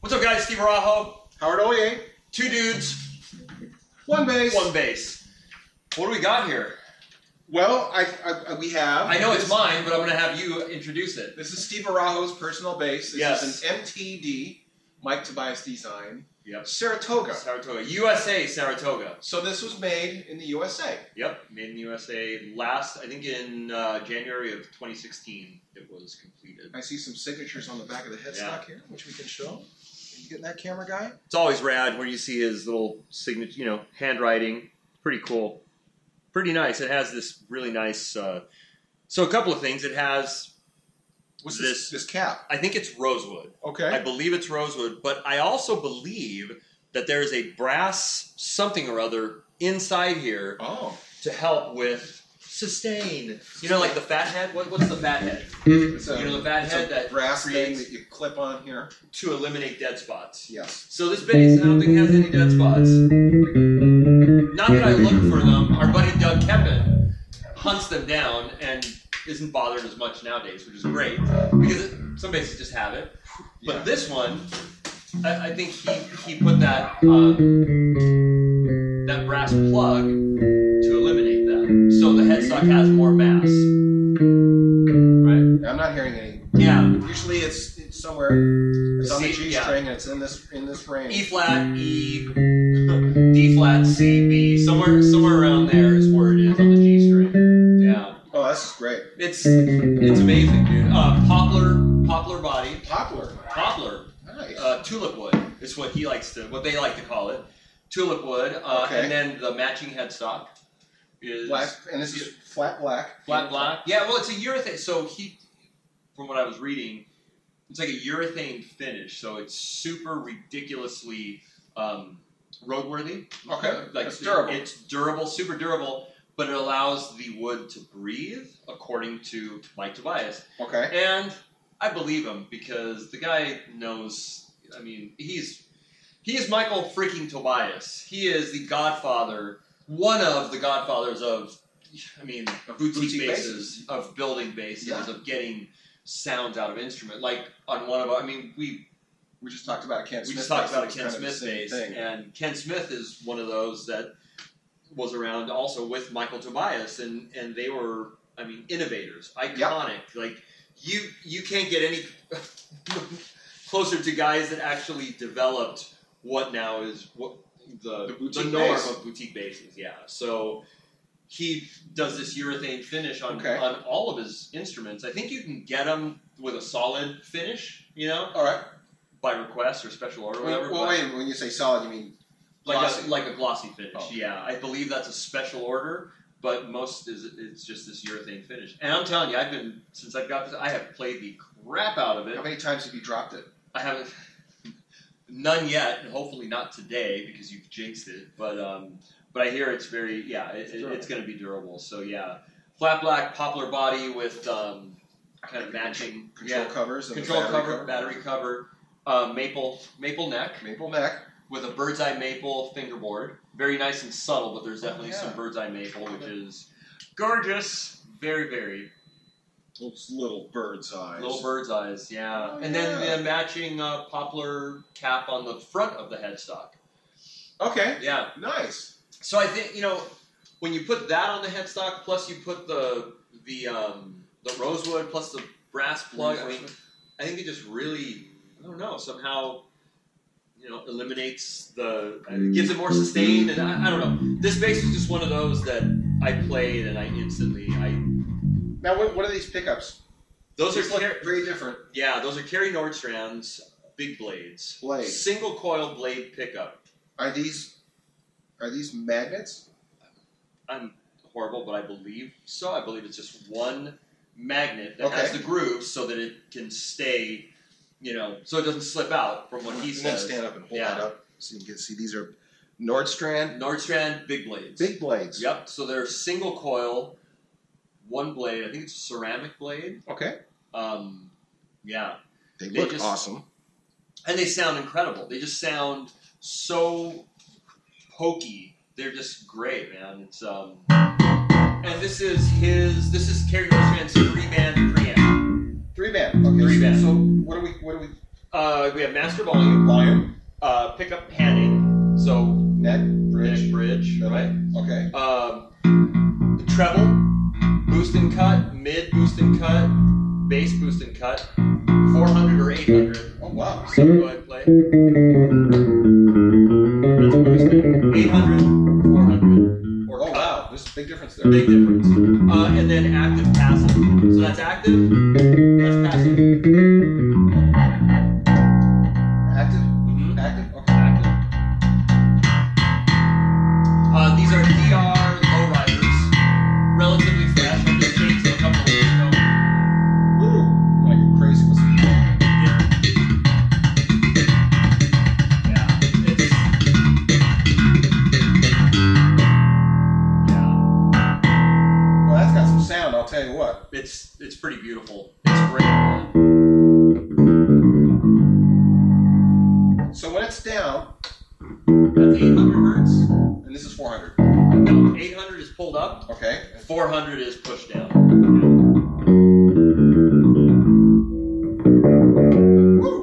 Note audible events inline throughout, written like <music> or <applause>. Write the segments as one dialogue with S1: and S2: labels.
S1: What's up, guys? Steve Arajo,
S2: Howard Oye,
S1: two dudes,
S2: one base.
S1: one bass. What do we got here?
S2: Well, I, I, I- we have.
S1: I know it's
S2: this-
S1: mine, but I'm gonna have you introduce it.
S2: This is Steve Arajo's personal bass. This
S1: Yes.
S2: is an MTD, Mike Tobias Design,
S1: Yep.
S2: Saratoga.
S1: Saratoga, USA, Saratoga.
S2: So this was made in the USA.
S1: Yep, made in the USA last, I think in uh, January of 2016, it was completed.
S2: I see some signatures on the back of the headstock here, which we can show. You getting that camera guy?
S1: It's always rad when you see his little signature, you know, handwriting. Pretty cool. Pretty nice. It has this really nice. Uh, so, a couple of things. It has,
S2: What's this?
S1: This-
S2: This cap.
S1: I think it's rosewood. I
S2: Okay.
S1: believe it's rosewood, but I also believe that there is a brass something or other inside here
S2: Oh.
S1: to help with sustain. You know, like the fat head. What, what's the fat head?
S2: It's a,
S1: You know, the bad
S2: it's
S1: head
S2: a
S1: that
S2: brass thing
S1: creates-
S2: that you clip on here.
S1: To eliminate dead spots.
S2: Yes.
S1: So this bass, I don't think has any dead spots. Not that I look for them. Our buddy Doug Kepin hunts them down and isn't bothered as much nowadays, which is great because it, some bases just have it. But
S2: Yeah.
S1: this one, I, I think he, he put that um, that brass plug to eliminate that, so the headstock has more mass. Right?
S2: I'm not hearing any.
S1: Yeah.
S2: Usually it's, it's somewhere. It's on the
S1: See,
S2: G
S1: yeah.
S2: string. and It's in this in this range.
S1: E flat, E, D flat, C, B, somewhere somewhere around there is where it is on the G string. Yeah,
S2: Oh, this is great.
S1: it's it's amazing, dude. Uh, poplar, poplar body,
S2: Poplar.
S1: poplar,
S2: Nice.
S1: uh, tulip wood is what he likes to, what they like to call it, tulip wood, uh,
S2: Okay.
S1: and then the matching headstock is
S2: black, and this is flat black.
S1: Flat black. Yeah, well, it's a urethane. So he, from what I was reading, it's like a urethane finish. So it's super ridiculously um, roadworthy.
S2: Okay,
S1: like
S2: that's durable.
S1: It's durable, super durable, but it allows the wood to breathe, according to Mike Tobias.
S2: Okay.
S1: And I believe him because the guy knows. I mean, he's he is Michael freaking Tobias. He is the godfather, one of the godfathers of, I mean,
S2: Of
S1: boutique,
S2: boutique
S1: bases, of building bases,
S2: Yeah.
S1: of getting sounds out of instrument. Like on one of, our, I mean, we
S2: We just talked about a Ken
S1: we
S2: Smith.
S1: just talked
S2: bass,
S1: about a
S2: it's
S1: Ken
S2: kind of the
S1: Smith
S2: same
S1: bass,
S2: thing.
S1: and Ken Smith is one of those that was around also with Michael Tobias, and and they were, I mean, innovators, iconic. Like you, you can't get any <laughs> closer to guys that actually developed what now is what
S2: The
S1: the the,
S2: boutique
S1: norm
S2: bass.
S1: of boutique bases. Yeah, so. He does this urethane finish on,
S2: Okay.
S1: on all of his instruments. I think you can get them with a solid finish, you know,
S2: All right.
S1: by request or special order, or whatever.
S2: well,
S1: but-
S2: wait. a minute, When you say solid, you mean
S1: like
S2: glossy.
S1: a, like a glossy finish.
S2: Oh.
S1: Yeah, I believe that's a special order, but most is it's just this urethane finish. And I'm telling you, I've been since I've got this, I have played the crap out of it.
S2: how many times have you dropped it?
S1: I haven't <laughs> none yet, and hopefully not today because you've jinxed it. But um, but I hear it's very yeah, it, it-
S2: durable.
S1: it's going to be durable. So yeah, flat black poplar body with um, kind of matching
S2: Control
S1: yeah,
S2: covers. And the
S1: control
S2: battery
S1: cover, battery cover, uh, maple maple neck
S2: Maple neck.
S1: with a bird's eye maple fingerboard. Very nice and subtle, but there's definitely
S2: Oh, yeah.
S1: some bird's eye maple, which is gorgeous. Very, very
S2: Those little bird's eyes.
S1: little bird's eyes, yeah.
S2: Oh,
S1: and then
S2: yeah.
S1: the matching uh, poplar cap on the front of the headstock.
S2: Okay.
S1: Yeah.
S2: Nice.
S1: So I think you know when you put that on the headstock, plus you put the the um, the rosewood, plus the brass plug. I mean, I think it just really, I don't know, somehow, you know, eliminates the, it gives it more sustain, and I, I don't know. This bass is just one of those that I played and I instantly, I
S2: Now, what, what are these pickups?
S1: those are
S2: These look
S1: Ker-
S2: very different.
S1: yeah, those are Kerry Nordstrand's big blades,
S2: Blades.
S1: single coil blade pickup.
S2: Are these are these magnets?
S1: I'm horrible, but I believe so. I believe it's just one magnet that has
S2: Okay.
S1: the groove so that it can stay, you know, so it doesn't slip out from what he
S2: You want to
S1: says.
S2: stand up and hold
S1: Yeah.
S2: that up so you can see these are Nordstrand
S1: Nordstrand big blades.
S2: big blades.
S1: Yep. So they're single coil, one blade. I think it's a ceramic blade.
S2: Okay.
S1: Um, yeah,
S2: They,
S1: They
S2: look
S1: just-
S2: awesome.
S1: and they sound incredible. They just sound so pokey. They're just great, man. It's um, and this is his. This is Kerry Nordstrand's three band preamp.
S2: Three band. Okay.
S1: Three
S2: so-
S1: band.
S2: So, what are we? What are we?
S1: Uh, we have master volume,
S2: Volume,
S1: uh, pickup panning, so
S2: neck, bridge,
S1: bridge, bridge,
S2: middle.
S1: right?
S2: Okay.
S1: Um, the treble, boost and cut, mid boost and cut, bass boost and cut, 400 or 800.
S2: Oh wow.
S1: So go ahead and play. That's boost and- 800, 400, or
S2: Oh
S1: cut.
S2: wow. There's a big difference there.
S1: Big difference. Uh, and then active, passive. So that's active, that's passive. Mm-hmm.
S2: Active.
S1: Mhm.
S2: Active. Okay.
S1: Active. Uh, these are DR lowriders, relatively fresh. I just changed them a couple of weeks ago.
S2: Woo. Like a crazy. What's it?
S1: Yeah, it's yeah,
S2: Well, that's got some sound. I'll tell you what.
S1: it's it's pretty beautiful. It's great.
S2: So when it's down,
S1: That's 800 hertz.
S2: and this is 400.
S1: No, 800 is pulled up.
S2: Okay.
S1: 400 is pushed down.
S2: Woo.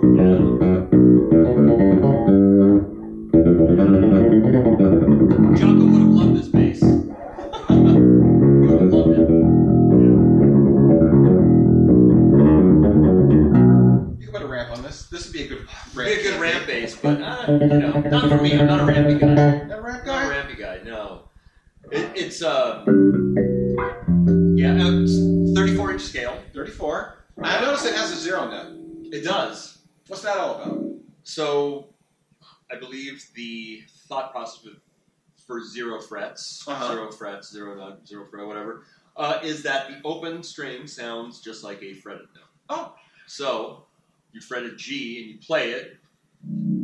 S1: Jocko would have loved this bass. <laughs> would have loved it.
S2: You can put a ramp on this. This would be a good ramp.
S1: Be a good ramp bass, but uh, you know, not for me. I'm not a rampy guy.
S2: That ramp
S1: Not a
S2: guy.
S1: rampy guy. No, it, it's uh, yeah, uh, it's 34 inch scale.
S2: 34. I notice it has a zero now.
S1: It does.
S2: What's that all about?
S1: So, I believe the thought process with, for zero frets,
S2: Uh-huh.
S1: zero frets, zero nut, zero fret, whatever, uh, is that the open string sounds just like a fretted note.
S2: Oh.
S1: So, you fret a G and you play it,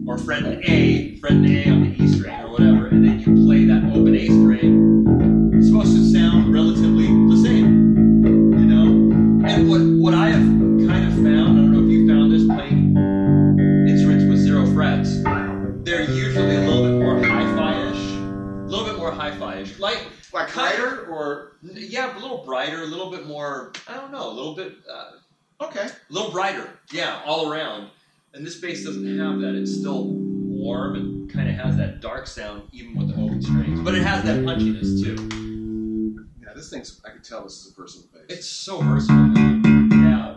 S1: or fret an A, fret an A on the E string or whatever, and then you play that open A string. It's supposed to sound relatively the same, you know. And what what I have kind of found, I don't know if you found this playing instruments with zero frets, they're usually a little bit more hi-fi-ish, a little bit more hi-fi-ish. Like,
S2: Like lighter or
S1: n- yeah, a little brighter, a little bit more, I don't know, a little bit, uh,
S2: okay.
S1: a little brighter, yeah, all around. And this bass doesn't have that. It's still warm and kind of has that dark sound even with the open strings, but it has that punchiness too.
S2: Yeah, this thing's. I can tell this is a personal bass.
S1: It's so versatile. Yeah.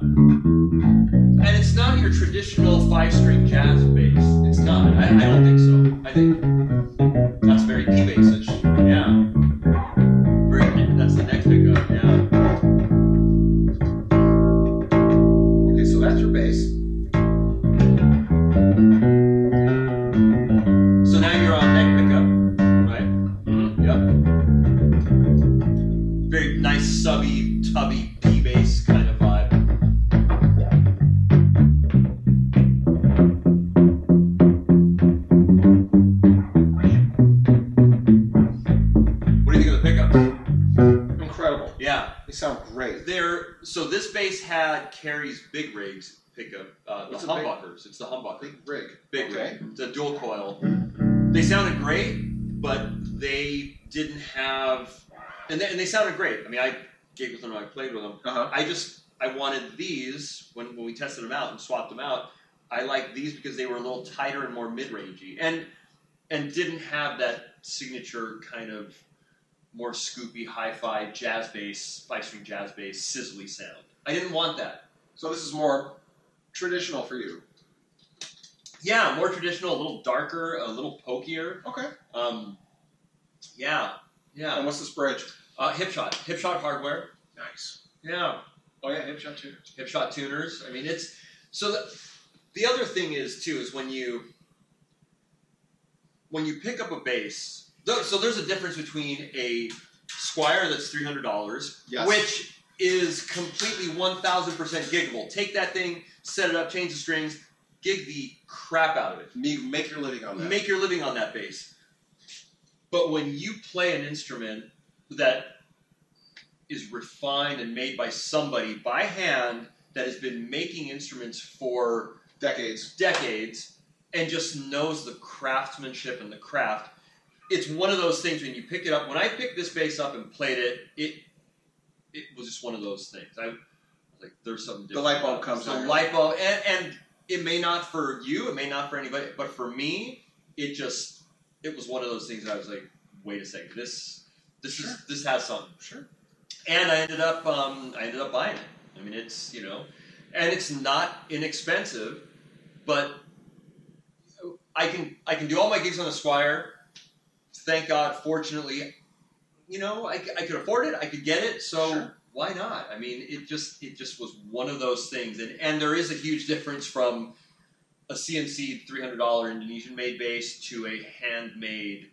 S1: And it's not your traditional five-string jazz bass. It's not. I, I don't think so. I think that's very P bassish. Yeah. Very, that's the next pickup. Yeah.
S2: okay, so that's your bass.
S1: So now you're on neck pickup, right? Yep. Very nice, subby, tubby P bass kind of vibe. What do you think of the pickups?
S2: Incredible.
S1: Yeah,
S2: They sound great.
S1: there. So this bass had Carrie's big rigs pickup, uh, the
S2: What's a big-
S1: humbuckers. It's the humbucker.
S2: Big rig.
S1: Big
S2: okay.
S1: rig. It's a dual coil. They sounded great, but they didn't have, and they, and they sounded great. I mean, I gave with them, I played with them.
S2: Uh huh.
S1: I just I wanted these when when we tested them out and swapped them out. I liked these because they were a little tighter and more mid rangey, and and didn't have that signature kind of more scoopy hi-fi jazz bass, five string jazz bass, sizzly sound. I didn't want that.
S2: So this is more traditional for you.
S1: Yeah, more traditional, a little darker, a little pokier.
S2: Okay.
S1: Um,
S2: And
S1: yeah, yeah.
S2: what's this bridge?
S1: Uh, hip shot, hip shot hardware.
S2: Nice.
S1: Yeah,
S2: Oh yeah, hip shot too.
S1: hip shot tuners. I mean, it's so. The, the other thing is too is when you when you pick up a bass. Though, so there's a difference between a Squire that's three hundred dollars,
S2: Yes.
S1: which is completely one thousand percent giggable. Take that thing, set it up, change the strings, gig the crap out of it.
S3: Me, make your living on that.
S1: Make your living on that bass. But when you play an instrument that is refined and made by somebody by hand that has been making instruments for
S3: Decades.
S1: decades and just knows the craftsmanship and the craft. It's one of those things when you pick it up. When I picked this bass up and played it, it it was just one of those things. I was like, there's something
S3: The
S1: different.
S3: light bulb
S1: about it.
S3: comes
S1: The
S3: on.
S1: light bulb, and, and it may not for you, it may not for anybody, but for me, it just it was one of those things that I was like, wait a second, this this
S2: Sure.
S1: is this has something
S2: Sure.
S1: and I ended up um, I ended up buying it. I mean, it's you know, and it's not inexpensive, but I can I can do all my gigs on the Squire. Thank God, fortunately, you know I, c- I could afford it. I could get it, so
S2: Sure.
S1: why not? I mean, it just it just was one of those things, and and there is a huge difference from a CNC three hundred dollar Indonesian made bass to a handmade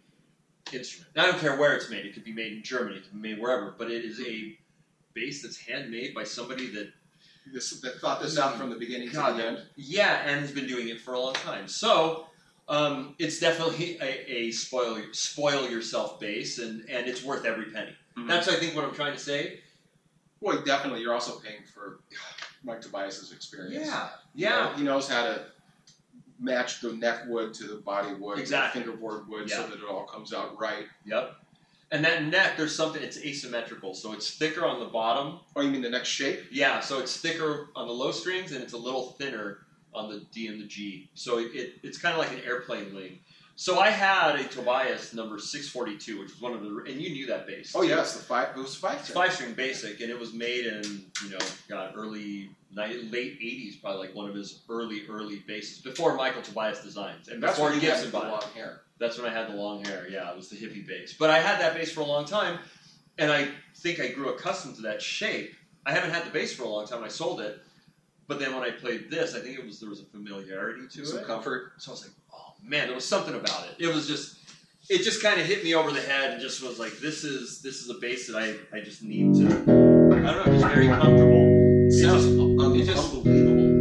S1: instrument. And I don't care where it's made. It could be made in Germany. It could be made wherever. But it is a bass that's handmade by somebody that
S3: This, that thought this out from the beginning to
S1: God,
S3: the end.
S1: yeah, and has been doing it for a long time. So um, it's definitely a, a spoil spoil yourself bass, and and it's worth every penny.
S2: Mm-hmm.
S3: Mhm.
S1: That's I think what I'm trying to say.
S3: Well, definitely. You're also paying for Mike Tobias's experience.
S1: Yeah,
S3: You know,
S1: yeah.
S3: he knows how to match the neck wood to the body wood,
S1: Exactly.
S3: the fingerboard wood, so
S1: Yeah.
S3: that it all comes out right.
S1: Yep. And that neck, there's something. It's asymmetrical, so it's thicker on the bottom.
S3: Oh, you mean the neck shape?
S1: Yeah, so it's thicker on the low strings and it's a little thinner on the D and the G. So it, it it's kind of like an airplane wing. So I had a Tobias number 642, which was one of the, and you knew that bass.
S3: Oh yes, the five. It was five.
S1: It's five string basic, and it was made in you know, God, early ni- late '80s, probably like one of his early early basses before Michael Tobias designs and
S3: That's
S1: before
S3: when you have
S1: Gibson
S3: the
S1: bought it.
S3: long hair.
S1: That's when I had the long hair. Yeah, it was the hippie bass. But I had that bass for a long time, and I think I grew accustomed to that shape. I haven't had the bass for a long time. I sold it, but then when I played this, I think it was there was a familiarity to
S3: Some
S1: it.
S3: comfort.
S1: So I was like, oh man, there was something about it. It was just, it just kind of hit me over the head, and just was like, this is this is a bass that I I just need to. I don't know, just very comfortable.
S3: It
S1: sounds
S3: un-
S1: it Um, just-
S3: unbelievable.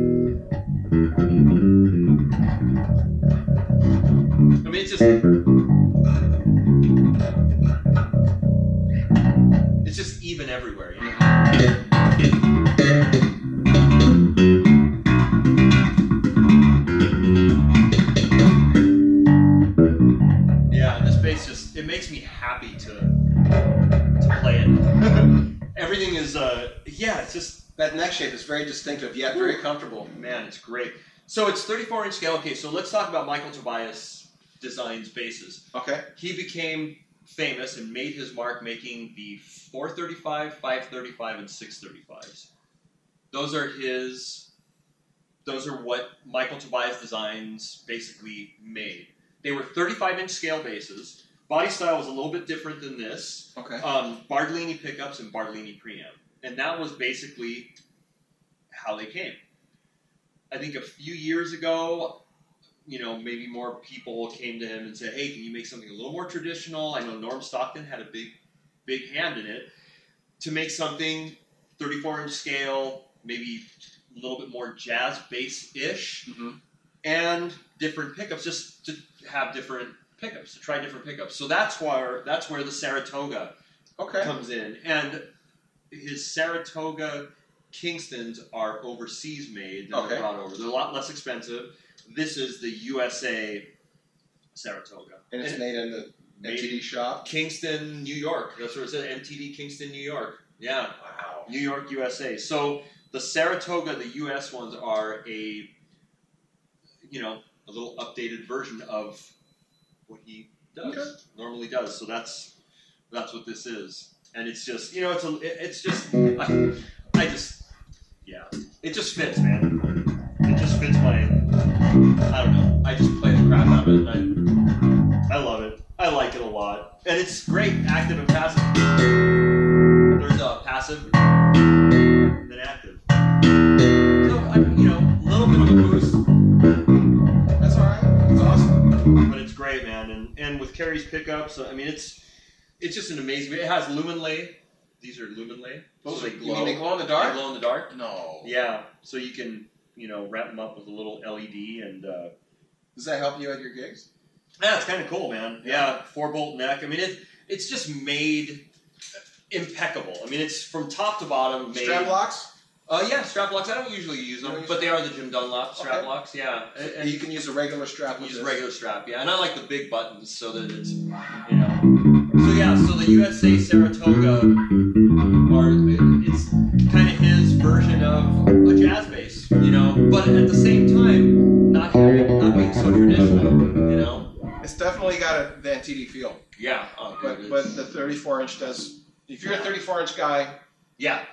S1: I mean, it's just. It's just even everywhere. You know? Yeah, and this bass just it makes me happy to to play it. <laughs> Everything is uh yeah, it's just
S3: That neck shape is very distinctive, yet very comfortable.
S1: man, it's great. So it's 34 inch scale. Okay, so let's talk about Michael Tobias designs basses.
S3: Okay.
S1: He became famous and made his mark making the 435, 535, and 635s. Those are his. Those are what Michael Tobias designs basically made. They were 35 inch scale basses. Body style was a little bit different than this
S3: Okay.
S1: um, Bartolini pickups and Bartolini preamp, and that was basically how they came. I think a few years ago, you know, maybe more people came to him and said, "Hey, can you make something a little more traditional?" I know Norm Stockton had a big, big hand in it to make something 34 inch scale, maybe a little bit more jazz bass ish
S3: Mhm.
S1: and different pickups just to have different pickups to try different pickups so that's where that's where the saratoga
S3: Okay.
S1: comes in and his saratoga kingstons are overseas made they're
S3: Okay.
S1: brought over they're a lot less expensive this is the usa saratoga
S3: And it's
S1: And
S3: made in the
S1: made-
S3: MTD shop.
S1: kingston new york that's what it said mtd kingston new york yeah
S3: Wow.
S1: New York, USA. So the Saratoga, the US ones are a, you know, a little updated version of what he does
S3: Okay.
S1: normally does. So that's that's what this is, and it's just you know it's a it- it's just I, I just yeah it just fits man. It just fits my I don't know. I just play the crap out of it. And I I love it. I like it a lot, and it's great active and passive. There's a passive than active. So I, you know, a little bit of a boost,
S3: That's all right. That's awesome.
S1: but it's great, man. And and with Carrie's pickups, I mean, it's it's just an amazing. It has lumen lay. These are lumen lay.
S2: Those
S1: so
S2: are,
S1: they
S2: Oh, You
S1: glow.
S2: mean they glow in the
S1: They
S2: dark?
S1: glow in the dark.
S2: No.
S1: Yeah, so you can you know wrap them up with a little LED, and uh,
S2: Does that help you at your gigs?
S1: yeah, it's kind of cool, man. Yeah, four bolt neck. I mean, it it's just made impeccable. I mean, it's from top to bottom made.
S2: Strap locks?
S1: Uh, yeah, strap locks. I don't usually use
S2: You don't
S1: them,
S2: use
S1: but they are the Jim Dunlop strap
S2: Okay.
S1: locks. Yeah, and, and
S2: you can use a regular strap with
S1: use
S2: this.
S1: regular strap. Yeah, and I like the big buttons so that it's you know. So yeah, so the USA Saratoga are it- it's kind of his version of a jazz bass, you know, but at the same time not having not being so traditional, you know.
S2: It's definitely got a Vantiti feel.
S1: Yeah, oh, good.
S2: But, but
S1: it's-
S2: the 34 inch does. If you're a 34 inch guy,
S1: Yeah,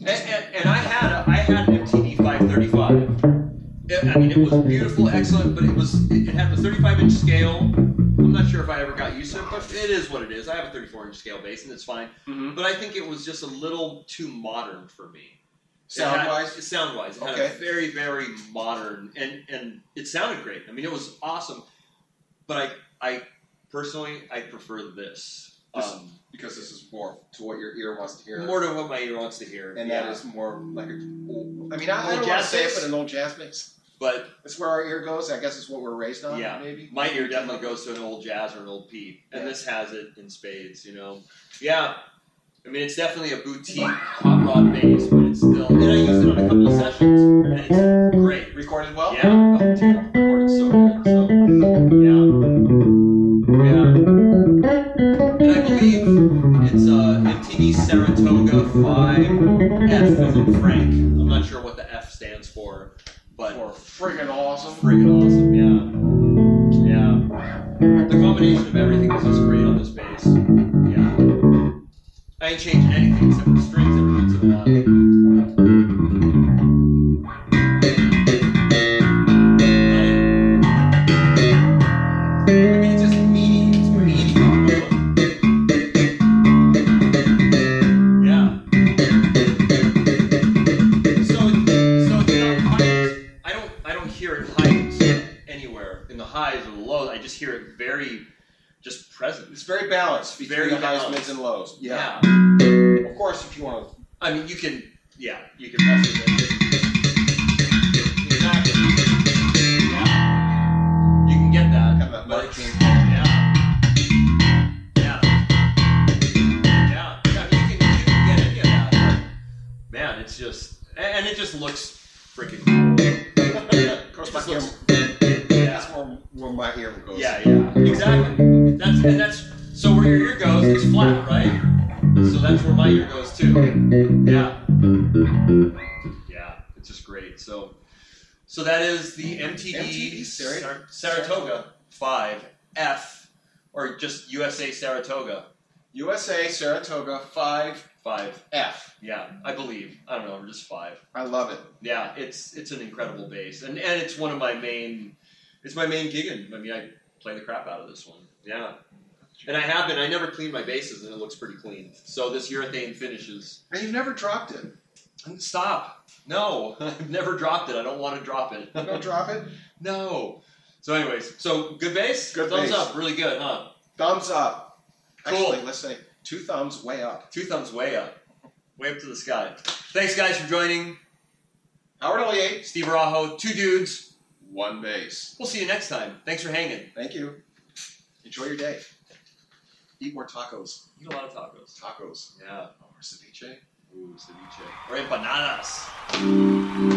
S1: and, and, and I had a, I had an MTD 535. It- I mean, it was beautiful, excellent, but it was it, it had the 35 inch scale. I'm not sure if I ever got used to it, but it is what it is. I have a 34 inch scale bass, and it's fine.
S2: Mhm.
S1: But I think Mm-hmm. it was just a little too modern for me.
S2: sound wise,
S1: sound wise, it had
S2: Okay.
S1: a very very modern, and and it sounded great. I mean, it was awesome. But I I personally I prefer this.
S2: This-
S1: Um,
S2: because this is more to what your ear wants to hear.
S1: more to what my ear wants to hear,
S2: and
S1: yeah.
S2: that is more like a. I mean, I, I don't
S1: Old
S2: want to
S1: jazz
S2: say it,
S1: mix?
S2: but an old jazz mix.
S1: but
S2: That's where our ear goes. I guess it's what we're raised on,
S1: Yeah.
S2: maybe.
S1: My ear definitely goes to an old jazz or an old Pete, and
S2: Yeah.
S1: this has it in spades, you know. Yeah, I mean it's definitely a boutique hot rod bass, but it's still. And I used it on a couple of sessions, and it's great.
S2: Recorded well?
S1: Yeah, oh, dude, I recorded so good. So yeah, yeah. And I believe it's uh, MTD Saratoga Five F as in Frank. I'm not sure what the F stands for, but
S2: Or friggin' awesome.
S1: Friggin' awesome, yeah. Yeah. The combination of everything is just great on this bass. Yeah. I ain't changed anything except for strings every once in a while. I mean, it's just meaty. It's meaty. Yeah. So, it, so it's not high. I don't I don't hear it highs anywhere in the highs or the lows. I just hear it very just present.
S2: It's very balanced between
S1: Very
S2: the highs,
S1: balanced.
S2: mids, and lows.
S1: yeah.
S2: Of course, if you want to.
S1: I mean, you can yeah, you can mess with it. You're not gonna- yeah. You can get that.
S2: Kind of that
S1: but
S2: melody.
S1: it's- Yeah. Yeah. Yeah. I mean, you can, you can get any of that. but, Man, it's just and- and it just looks freaking cool.
S2: Of course,
S1: It
S2: my
S1: just
S2: ear,
S1: looks- yeah.
S2: that's more where my ear goes.
S1: Yeah, yeah, exactly. That's and that's so where your ear goes, it's flat, right? So that's where my ear goes too. Yeah, yeah, it's just great. So, so that is the MTD,
S2: MTD Sar-
S1: Sar- Saratoga Five F, or just USA Saratoga
S2: USA Saratoga 5F.
S1: Five. Yeah, I believe. I don't know, or just five.
S2: I love it.
S1: Yeah, it's it's an incredible bass, and and it's one of my main. It's my main gigging. I mean, I play the crap out of this one. Yeah. And I have been. I never cleaned my bases, and it looks pretty clean. So this urethane finishes.
S2: And you've never dropped it.
S1: Stop. No, <laughs> I've never dropped it. I don't want to drop it. <laughs>
S2: You don't drop it?
S1: no. So, anyways, so good base.
S2: Good
S1: thumbs
S2: bass.
S1: up. Really good, huh?
S2: Thumbs up.
S1: Cool.
S2: Actually, let's say two thumbs way up.
S1: Two thumbs way up, way up to the sky. Thanks, guys, for joining.
S2: Howard only eight.
S1: Steve Rajo, two dudes.
S2: One base.
S1: We'll see you next time. Thanks for hanging.
S2: Thank you. Enjoy your day. Eat more tacos.
S1: Eat a lot of tacos.
S2: Tacos.
S1: Yeah.
S2: Or ceviche. Ooh, ceviche.
S1: Or empanadas.